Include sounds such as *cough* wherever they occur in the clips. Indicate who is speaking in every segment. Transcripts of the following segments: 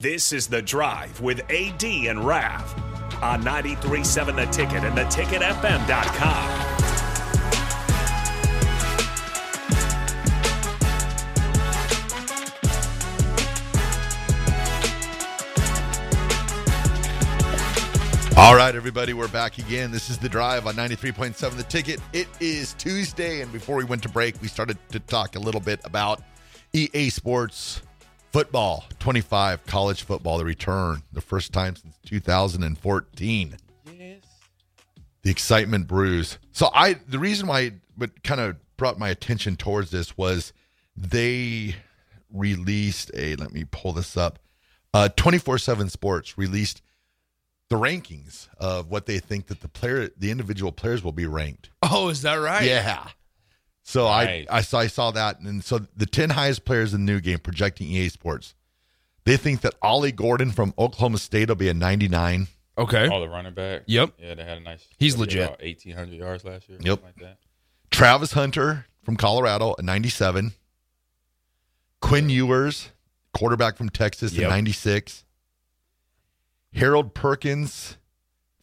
Speaker 1: This is The Drive with AD and Rav on 937 The Ticket and theticketfm.com.
Speaker 2: All right, everybody, we're back again. This is the drive on 93.7 The Ticket. It is Tuesday, and before we went to break, we started to talk a little bit about EA Sports football, 25 college football, the return, the first time since 2014. Yes. The excitement brews. So I the reason why what kind of brought my attention towards this was they released a let me pull this up. Uh 24/7 Sports released the rankings of what they think that the player the individual players will be ranked.
Speaker 3: Oh, is that right?
Speaker 2: Yeah. So
Speaker 3: Right.
Speaker 2: I I saw I saw that, and so the ten highest players in the new game projecting EA Sports, they think that Ollie Gordon from Oklahoma State will be a ninety nine.
Speaker 3: Okay.
Speaker 4: All the running back.
Speaker 3: Yep.
Speaker 4: Yeah, they had a nice.
Speaker 3: He's
Speaker 4: what, they
Speaker 3: legit.
Speaker 4: had about 1,800 yards last year.
Speaker 2: Yep.
Speaker 4: something Like that.
Speaker 2: Travis Hunter from Colorado a ninety seven. Quinn Ewers, quarterback from Texas, a
Speaker 3: Yep.
Speaker 2: ninety six. Harold Perkins,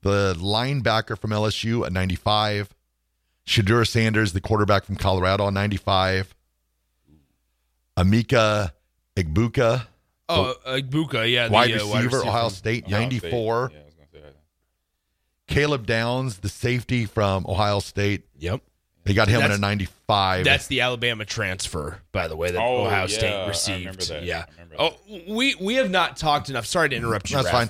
Speaker 2: the linebacker from LSU, a ninety five. Shadur Sanders, the quarterback from Colorado, a ninety five. Amika Igbuka.
Speaker 3: Oh, uh, Buka, yeah. the,
Speaker 2: wide,
Speaker 3: uh,
Speaker 2: receiver, Ohio
Speaker 3: from-
Speaker 2: State, 94.
Speaker 4: Ohio State. Yeah, I was going to say that.
Speaker 2: Caleb Downs, the safety from Ohio State.
Speaker 3: Yep.
Speaker 2: They got him at a
Speaker 3: That's-
Speaker 2: 95.
Speaker 3: That's the Alabama transfer, by the way, that
Speaker 4: Oh,
Speaker 3: Ohio
Speaker 4: yeah, I
Speaker 3: State
Speaker 4: remember
Speaker 3: received.
Speaker 4: that.
Speaker 3: Yeah.
Speaker 4: I remember
Speaker 3: Oh, we we have not talked enough. Sorry to interrupt you.
Speaker 2: That's
Speaker 3: Raph.
Speaker 2: fine.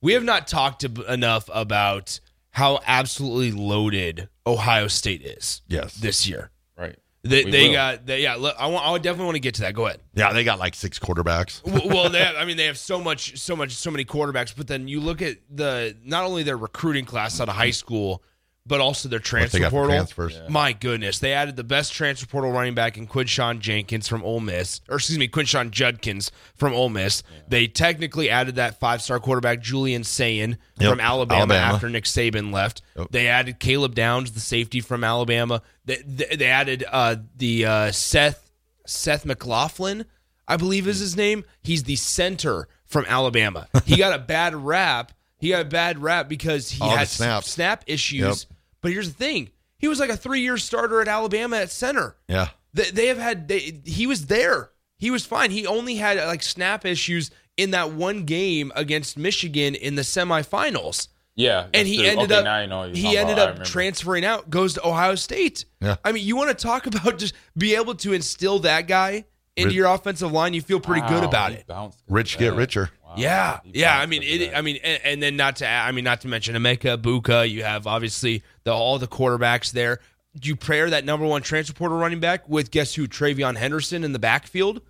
Speaker 3: We have not talked ab- enough about how absolutely loaded Ohio State is
Speaker 2: yes.
Speaker 3: this year.
Speaker 4: Right.
Speaker 3: They,
Speaker 4: We
Speaker 3: they
Speaker 4: will.
Speaker 3: got they, yeah. Look, I want. I definitely want to get to that. Go ahead.
Speaker 2: yeah, they got like six quarterbacks.
Speaker 3: W- well, they have, I mean, they have so much, so much, so many quarterbacks. But then you look at the not only their recruiting class out of high school, but also their
Speaker 2: What
Speaker 3: transfer
Speaker 2: they got for
Speaker 3: portal.
Speaker 2: transfers.
Speaker 3: My goodness, they added the best transfer portal running back in Quinshawn Jenkins from Ole Miss, or excuse me, Quinshawn Judkins from Ole Miss. They technically added that five-star quarterback Julian Sayin
Speaker 2: Yep,
Speaker 3: from Alabama,
Speaker 2: Alabama.
Speaker 3: after Nick Saban left.
Speaker 2: Yep.
Speaker 3: They added Caleb Downs, the safety from Alabama. They, they, they added uh, the uh, Seth Seth McLaughlin, I believe is his name. He's the center from Alabama.
Speaker 2: *laughs*
Speaker 3: He got a bad rap. He got a bad rap because he
Speaker 2: All the
Speaker 3: had
Speaker 2: snaps.
Speaker 3: snap issues.
Speaker 2: Yep.
Speaker 3: But here's the thing: he was like a three-year starter at Alabama at center.
Speaker 2: Yeah.
Speaker 3: They, they have had. They, he was there. He was fine. He only had like snap issues in that one game against Michigan in the semifinals,
Speaker 4: Yeah.
Speaker 3: and
Speaker 4: that's
Speaker 3: he
Speaker 4: true.
Speaker 3: ended
Speaker 4: Okay,
Speaker 3: up.
Speaker 4: Now I know what you're
Speaker 3: he
Speaker 4: talking
Speaker 3: ended
Speaker 4: about. I
Speaker 3: up
Speaker 4: remember.
Speaker 3: transferring out, goes to Ohio State.
Speaker 2: Yeah.
Speaker 3: I mean, you want to talk *laughs* about just be able to instill that guy into
Speaker 2: Re-
Speaker 3: your offensive line? You feel pretty good
Speaker 4: Wow,
Speaker 3: about
Speaker 4: he
Speaker 3: it.
Speaker 4: bounced good
Speaker 2: Rich
Speaker 4: for
Speaker 2: get
Speaker 4: that.
Speaker 2: richer.
Speaker 4: Wow,
Speaker 3: Yeah,
Speaker 4: he
Speaker 3: yeah. I
Speaker 4: bounced
Speaker 3: mean,
Speaker 4: good for
Speaker 3: it,
Speaker 4: that.
Speaker 3: I mean, and, and then not to, I mean, not to mention Emeka Buka. You have obviously the all the quarterbacks there. You pair that number one transfer portal running back with guess who? Travion Henderson in the backfield.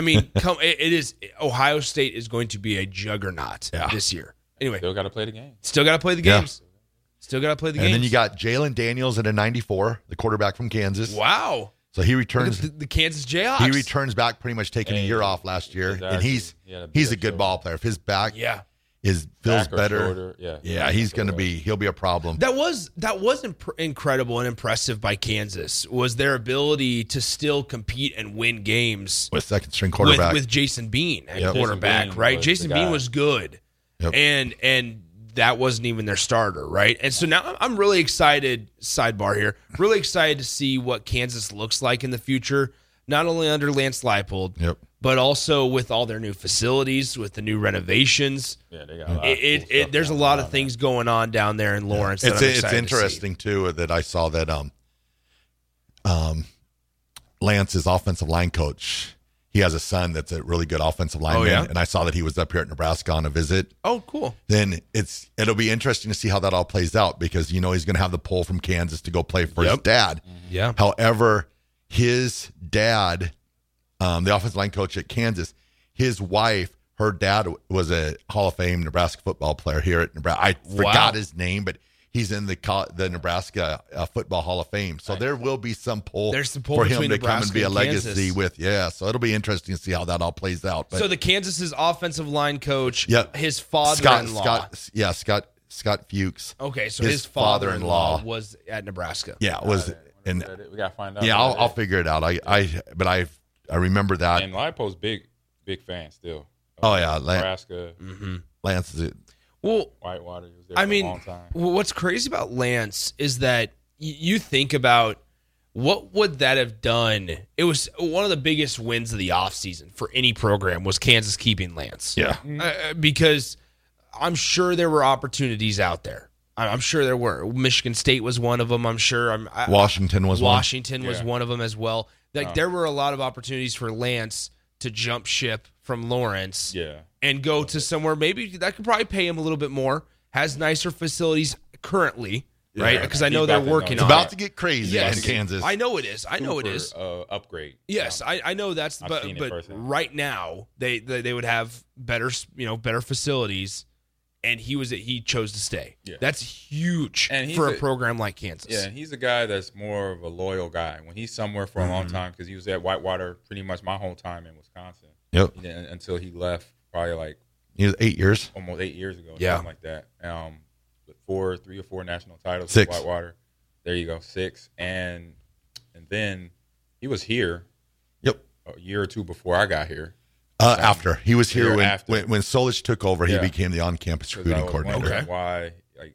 Speaker 2: *laughs*
Speaker 3: mean, come, it, it is Ohio State is going to be a juggernaut
Speaker 2: Yeah.
Speaker 3: this year. Anyway,
Speaker 4: still got to play the game.
Speaker 3: still got to play the
Speaker 2: Yeah.
Speaker 3: games. Still got to play the
Speaker 2: and
Speaker 3: games.
Speaker 2: then you got Jalen Daniels at a 94, the quarterback from Kansas.
Speaker 3: wow.
Speaker 2: So he
Speaker 3: Look at
Speaker 2: returns.
Speaker 3: the, the Kansas Jayhawks.
Speaker 2: He returns back pretty much taking a
Speaker 4: Hey,
Speaker 2: year off last year, and
Speaker 4: exactly.
Speaker 2: he's
Speaker 4: He had a
Speaker 2: he's a
Speaker 4: big
Speaker 2: good
Speaker 4: show.
Speaker 2: ball player. If his back
Speaker 3: Yeah.
Speaker 2: is feels
Speaker 4: Back or
Speaker 2: better,
Speaker 4: shoulder, yeah.
Speaker 2: yeah, he's going to be he'll be a problem.
Speaker 3: That was that was imp- incredible and impressive by Kansas was their ability to still compete and win games
Speaker 2: with second string
Speaker 3: with,
Speaker 2: quarterback,
Speaker 3: with Jason Bean at
Speaker 2: Yep.
Speaker 3: quarterback,
Speaker 4: Jason Bean
Speaker 3: right?
Speaker 4: was the
Speaker 3: Jason Bean
Speaker 4: guy.
Speaker 3: was good,
Speaker 2: Yep.
Speaker 3: and and that wasn't even their starter, right? And so now I'm- I'm really excited. Sidebar here, really excited to see what Kansas looks like in the future, not only under Lance Leipold,
Speaker 2: Yep.
Speaker 3: but also with all their new facilities, with the new renovations.
Speaker 4: Yeah, they
Speaker 2: Ah,
Speaker 4: got a lot of
Speaker 3: It, it,
Speaker 4: cool
Speaker 3: it
Speaker 4: stuff
Speaker 3: there's a
Speaker 4: going
Speaker 3: lot
Speaker 4: on
Speaker 3: of
Speaker 4: now.
Speaker 3: things going on down there in Lawrence. that
Speaker 2: It's
Speaker 3: I'm
Speaker 2: it's
Speaker 3: excited to see.
Speaker 2: interesting too that I saw that um um Lance's offensive line coach. He has a son that's a really good offensive lineman,
Speaker 3: Oh, yeah?
Speaker 2: and I saw that he was up here at Nebraska on a visit.
Speaker 3: Oh, cool.
Speaker 2: Then it's it'll be interesting to see how that all plays out because you know he's going to have the pull from Kansas to go play for his
Speaker 3: Yep.
Speaker 2: dad.
Speaker 3: Yeah.
Speaker 2: However, his dad, um, the offensive line coach at Kansas, his wife, her dad was a Hall of Fame Nebraska football player here at Nebraska. I forgot his name, but he's in the col- the Nebraska uh, Football Hall of Fame. So there will be some pull,
Speaker 3: There's some pull
Speaker 2: for him to
Speaker 3: between
Speaker 2: come and
Speaker 3: Nebraska
Speaker 2: be a
Speaker 3: and
Speaker 2: legacy
Speaker 3: Kansas.
Speaker 2: with. Yeah, so it'll be interesting to see how that all plays out. But
Speaker 3: so the Kansas's offensive line coach,
Speaker 2: Yep.
Speaker 3: his
Speaker 2: Scott,
Speaker 3: father-in-law.
Speaker 2: Scott, yeah, Scott, Scott Fuchs.
Speaker 3: okay, so
Speaker 2: his
Speaker 3: his,
Speaker 2: father-in-law
Speaker 3: father-in-law, was at Nebraska.
Speaker 2: Yeah,
Speaker 4: Uh,
Speaker 2: was and
Speaker 4: That it- We gotta find out.
Speaker 2: yeah,
Speaker 4: what
Speaker 2: I'll,
Speaker 4: it
Speaker 2: I'll
Speaker 4: is.
Speaker 2: figure it out. I, I, but I, I remember that.
Speaker 4: And Lipo's big, big fan still. of
Speaker 2: Oh, yeah, Lan-
Speaker 4: Nebraska,
Speaker 2: Lance is it.
Speaker 3: Well,
Speaker 4: Whitewater. He was there
Speaker 3: I
Speaker 4: for
Speaker 3: mean,
Speaker 4: a long time.
Speaker 3: w- what's crazy about Lance is that y- you think about what would that have done? It was one of the biggest wins of the offseason for any program was Kansas keeping Lance.
Speaker 2: Yeah.
Speaker 3: Uh, because I'm sure there were opportunities out there. I- I'm sure there were. Michigan State was one of them. I'm sure. I'm, I,
Speaker 2: Washington was one.
Speaker 3: Washington was
Speaker 4: Yeah.
Speaker 3: one of them as well. Like there were a lot of opportunities for Lance to jump ship from Lawrence
Speaker 4: Yeah.
Speaker 3: and go to somewhere maybe that could probably pay him a little bit more, has nicer facilities currently, right? Because I
Speaker 4: He's
Speaker 3: know they're
Speaker 4: about to
Speaker 3: working
Speaker 4: know.
Speaker 3: on
Speaker 4: It's
Speaker 2: About
Speaker 3: it.
Speaker 2: to get crazy
Speaker 3: Yes.
Speaker 2: in Kansas.
Speaker 3: I know it is. I know it
Speaker 4: Super,
Speaker 3: is.
Speaker 4: Uh, upgrade.
Speaker 3: Yes, I, I know that's
Speaker 4: Um, I've seen
Speaker 3: but but
Speaker 4: it firsthand.
Speaker 3: right now they, they they would have better you know better facilities, and he was he chose to stay.
Speaker 4: Yeah.
Speaker 3: That's huge
Speaker 4: And he's
Speaker 3: for a,
Speaker 4: a-
Speaker 3: program like Kansas.
Speaker 4: Yeah, and he's a guy that's more of a loyal guy. When he's somewhere for a long time, because he was at Whitewater pretty much my whole time in Wisconsin
Speaker 2: Yep.
Speaker 4: you know, until he left probably like
Speaker 2: He was eight years.
Speaker 4: almost eight years ago,
Speaker 3: Yeah.
Speaker 4: something like that. Um, with four, three or four national titles.
Speaker 2: Six.
Speaker 4: With Whitewater. There you go, six, and and then he was here
Speaker 2: Yep.
Speaker 4: a year or two before I got here.
Speaker 2: Uh, after he was here
Speaker 4: Year
Speaker 2: when,
Speaker 4: after.
Speaker 2: when when Solich took over, he
Speaker 4: Yeah.
Speaker 2: became the on-campus
Speaker 4: 'cause I
Speaker 2: recruiting
Speaker 4: was
Speaker 2: coordinator.
Speaker 4: wondering
Speaker 3: Okay.
Speaker 4: Why? Like,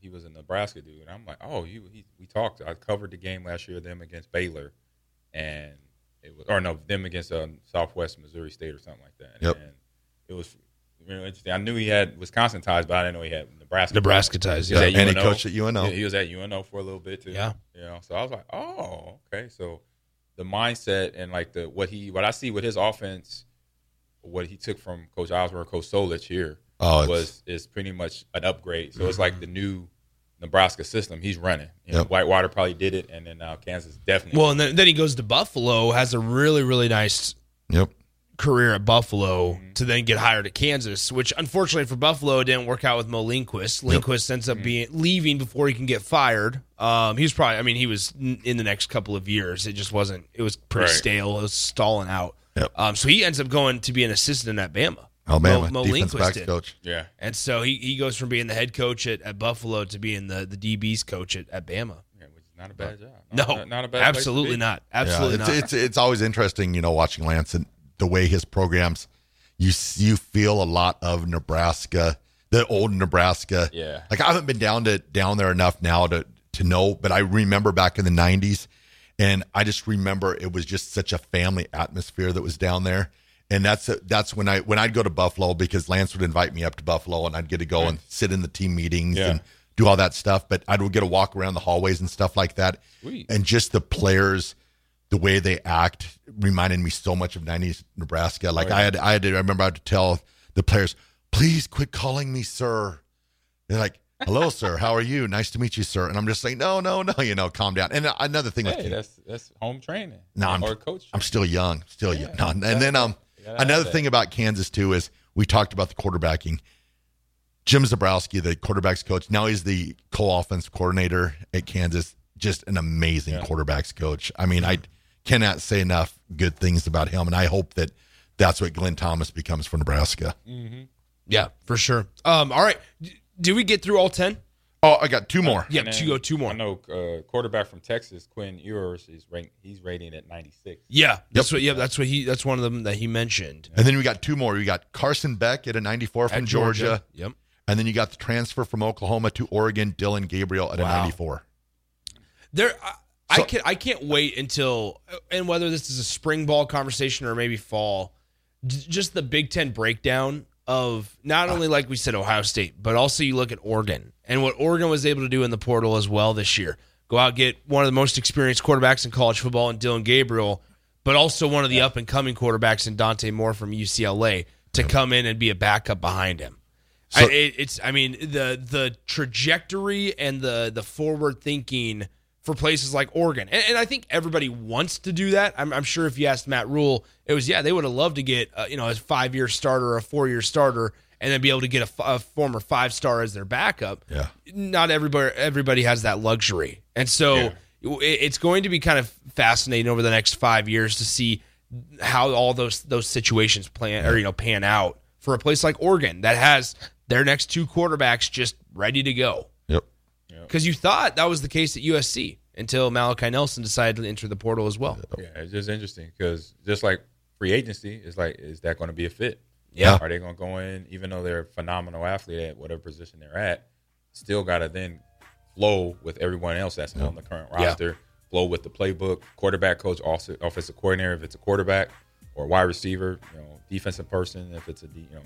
Speaker 4: he was a Nebraska dude. And I'm like, oh, you he, we talked. I covered the game last year, them against Baylor, and it was or no, them against uh, Southwest Missouri State or something like that.
Speaker 2: Yep.
Speaker 4: And it was really interesting. I knew he had Wisconsin ties, but I didn't know he had Nebraska.
Speaker 3: Nebraska ties, yeah.
Speaker 4: was
Speaker 2: And he coached at UNO.
Speaker 4: Yeah, He was at UNO for a little bit too.
Speaker 3: Yeah.
Speaker 4: you know. So I was like, oh, okay. So the mindset and like the what he what I see with his offense, what he took from Coach Osborne, Coach Solich here
Speaker 2: Oh, it's-
Speaker 4: was is pretty much an upgrade. So it's
Speaker 3: Mm-hmm.
Speaker 4: like the new Nebraska system he's running. You know,
Speaker 2: Yep.
Speaker 4: Whitewater probably did it, and then now Kansas definitely.
Speaker 3: Well, and then, then he goes to Buffalo, has a really, really nice
Speaker 2: Yep.
Speaker 3: career at Buffalo to then get hired at Kansas, which unfortunately for Buffalo it didn't work out with Mo Linquist. Linquist ends up being leaving before he can get fired. Um, he was probably, I mean, he was n- in the next couple of years. It just wasn't. It was pretty
Speaker 4: Right.
Speaker 3: stale. It was stalling out.
Speaker 2: Yep.
Speaker 3: Um, so he ends up going to be an assistant at Bama.
Speaker 2: Alabama
Speaker 3: Mo, Mo
Speaker 2: defense
Speaker 3: Lindquist
Speaker 2: backs
Speaker 3: did.
Speaker 2: coach.
Speaker 4: yeah,
Speaker 3: And so he, he goes from being the head coach at, at Buffalo to being the, the DB's coach at, at Bama.
Speaker 4: yeah, which is not a bad job.
Speaker 3: No,
Speaker 4: not, not a bad. place to
Speaker 3: absolutely
Speaker 4: be.
Speaker 3: not.
Speaker 2: Yeah,
Speaker 3: Absolutely
Speaker 2: it's,
Speaker 3: not.
Speaker 2: it's it's always interesting, you know, watching Lance and the way his programs. You s- you feel a lot of Nebraska, the old Nebraska.
Speaker 4: Yeah.
Speaker 2: Like I haven't been down to down there enough now to to know, but I remember back in the '90s, and I just remember it was just such a family atmosphere that was down there. And that's that's when I when I'd go to Buffalo because Lance would invite me up to Buffalo and I'd get to go and sit in the team meetings
Speaker 4: Yeah.
Speaker 2: and do all that stuff. But I'd get to walk around the hallways and stuff like that
Speaker 4: Sweet.
Speaker 2: and just the players the way they act reminded me so much of '90s Nebraska.
Speaker 4: Oh,
Speaker 2: Like I had, I had to. I remember I had to tell the players, "Please quit calling me sir." They're like, "Hello, sir. How are you? Nice to meet you, sir." And I'm just like, "No, no, no. You know, calm down." And another thing with
Speaker 4: Hey,
Speaker 2: you,
Speaker 4: that's that's home training.
Speaker 2: No, I'm-
Speaker 4: or coach.
Speaker 2: I'm still young, still
Speaker 4: Yeah,
Speaker 2: young. No, and then um,
Speaker 4: You gotta have
Speaker 2: another
Speaker 4: that.
Speaker 2: thing about Kansas too is we talked about the quarterbacking. Jim Zabrowski, the quarterbacks coach, now he's the co-offense coordinator at Kansans. Just an amazing quarterbacks coach. I mean, I cannot say enough good things about him, and I hope that that's what Glenn Thomas becomes for Nebraska.
Speaker 3: Yeah, for sure. Um, all right. D- did we get through all ten?
Speaker 2: Oh, I got two more.
Speaker 3: Yeah,
Speaker 4: And
Speaker 3: two
Speaker 4: then
Speaker 3: go two more.
Speaker 4: I know uh, quarterback from Texas, Quinn Ewers, is ranked. He's rating at 96.
Speaker 3: Yeah, that's what. Yeah, that's what he. That's one of them that he mentioned
Speaker 2: And then we got two more. We got Carson Beck at a 94 from
Speaker 3: At
Speaker 2: Georgia,
Speaker 3: Yep.
Speaker 2: and then you got the transfer from Oklahoma to Oregon, Dylan Gabriel at a 94.
Speaker 3: There, I, I can I can't wait until and whether this is a spring ball conversation or maybe fall, j- just the Big Ten breakdown of not only like we said Ohio State, but also you look at Oregon and what Oregon was able to do in the portal as well this year. Go out get one of the most experienced quarterbacks in college football in Dylan Gabriel, but also one of the up and coming quarterbacks in Dante Moore from UCLA to come in and be a backup behind him. I,
Speaker 2: So-
Speaker 3: it, it's I mean the the trajectory and the the forward thinking for places like Oregon, and, and I think everybody wants to do that. I'm, I'm sure if you asked Matt Rule, it was yeah they would have loved to get uh, you know a five year starter, or a four year starter, and then be able to get a, f- a former five star as their backup.
Speaker 2: Yeah.
Speaker 3: not everybody everybody has that luxury, and so it- it's going to be kind of fascinating over the next five years to see how all those those situations plan or you know pan out for a place like Oregon that has their next two quarterbacks just ready to go.
Speaker 2: Yep.
Speaker 3: Because you thought that was the case at USC until Malachi Nelson decided to enter the portal as well.
Speaker 4: Yeah, it's just interesting because just like free agency, it's like, is that going to be a fit?
Speaker 2: Yeah.
Speaker 4: Are they going to go in, even though they're a phenomenal athlete at whatever position they're at, still got to then flow with everyone else that's on the current
Speaker 3: Yeah.
Speaker 4: roster, flow with the playbook, quarterback coach, also offensive coordinator if it's a quarterback or wide receiver, you know, defensive person if it's a, D, you know,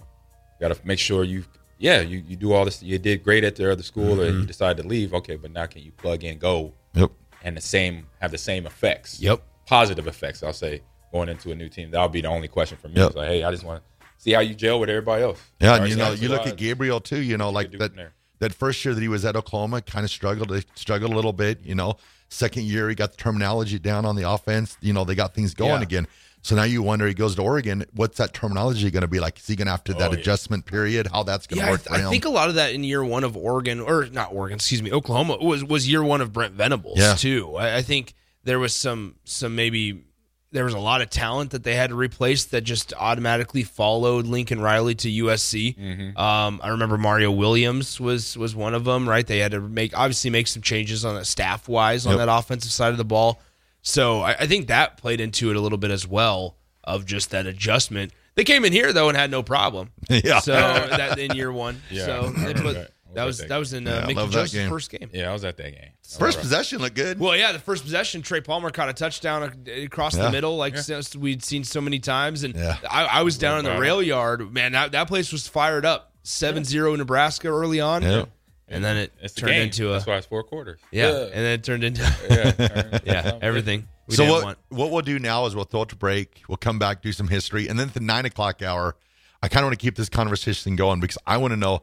Speaker 4: got to make sure you, yeah, you, you do all this. You did great at the other school or
Speaker 3: Mm-hmm.
Speaker 4: you decided to leave. Okay, but now can you plug in, go
Speaker 2: Yep.
Speaker 4: and the same have the same effects.
Speaker 3: Yep.
Speaker 4: Positive effects, I'll say, going into a new team. That'll be the only question for me.
Speaker 2: Yep.
Speaker 4: It's like, hey, I just want to see how you gel with everybody else.
Speaker 2: Yeah,
Speaker 4: All
Speaker 2: and
Speaker 4: right,
Speaker 2: you
Speaker 4: so
Speaker 2: know,
Speaker 4: that's
Speaker 2: you
Speaker 4: a
Speaker 2: look
Speaker 4: lot.
Speaker 2: at Gabriel too. You know, like
Speaker 4: do
Speaker 2: that
Speaker 4: from there.
Speaker 2: that first year that he was at Oklahoma, kind of struggled. They struggled a little bit. You know, second year he got the terminology down on the offense. You know, they got things going
Speaker 3: Yeah.
Speaker 2: again. So now you wonder, he goes to Oregon. What's that terminology going to be like? Is he going to have to
Speaker 4: Oh,
Speaker 2: that adjustment period? How that's going to
Speaker 3: Yeah, I,
Speaker 2: work
Speaker 3: th-
Speaker 2: for
Speaker 3: I
Speaker 2: him?
Speaker 3: think a lot of that in year one of Oregon or not Oregon, excuse me, Oklahoma was was year one of Brent Venables
Speaker 2: Yeah.
Speaker 3: too. I, I think there was some some maybe there was a lot of talent that they had to replace that just automatically followed Lincoln Riley to USC.
Speaker 2: Mm-hmm.
Speaker 3: Um, I remember Mario Williams was was one of them, right? They had to make obviously make some changes on that staff wise on
Speaker 2: Yep.
Speaker 3: that offensive side of the ball. So I, I think that played into it a little bit as well of just that adjustment. They came in here though and had no problem.
Speaker 2: *laughs* Yeah.
Speaker 3: So that in
Speaker 2: *laughs*
Speaker 3: year one.
Speaker 4: Yeah, I
Speaker 3: so they
Speaker 4: remember
Speaker 3: put,
Speaker 4: that.
Speaker 3: that,
Speaker 4: I was
Speaker 3: was
Speaker 4: at that
Speaker 3: that was in uh,
Speaker 2: Yeah, I
Speaker 3: Mickey
Speaker 2: love that
Speaker 3: Joseph's
Speaker 2: game.
Speaker 3: first game.
Speaker 4: Yeah, I was at that game. That was
Speaker 2: first
Speaker 4: rough.
Speaker 2: possession looked good.
Speaker 3: Well, yeah, the first possession, Trey Palmer caught a touchdown ac- across
Speaker 2: Yeah.
Speaker 3: the middle, like since we'd seen so many times. And
Speaker 2: Yeah.
Speaker 3: I, I was down in the
Speaker 4: battle.
Speaker 3: rail yard, man. That, that place was fired up. 7-0 Nebraska early on,
Speaker 2: Yeah.
Speaker 3: and then it
Speaker 4: It's a
Speaker 3: turned
Speaker 4: game.
Speaker 3: into a
Speaker 4: That's why it's four quarters.
Speaker 3: yeah, and then it turned into *laughs*
Speaker 4: Yeah. yeah.
Speaker 3: yeah everything. We
Speaker 2: so
Speaker 3: didn't
Speaker 2: what
Speaker 3: want.
Speaker 2: what we'll do now is we'll throw it to break. We'll come back, do some history, and then at the nine o'clock hour, I kind of want to keep this conversation going because I want to know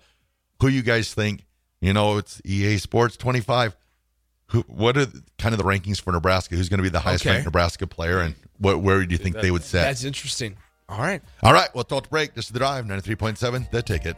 Speaker 2: who you guys think. You know, it's EA Sports twenty five. Who, what are the, kind of the rankings for Nebraska? Who's going to be the highest
Speaker 3: Okay.
Speaker 2: ranked Nebraska player, and what, where do you think they would set?
Speaker 3: That's interesting. All right.
Speaker 2: All right, we'll throw it to break. This is the drive ninety three point seven. The ticket.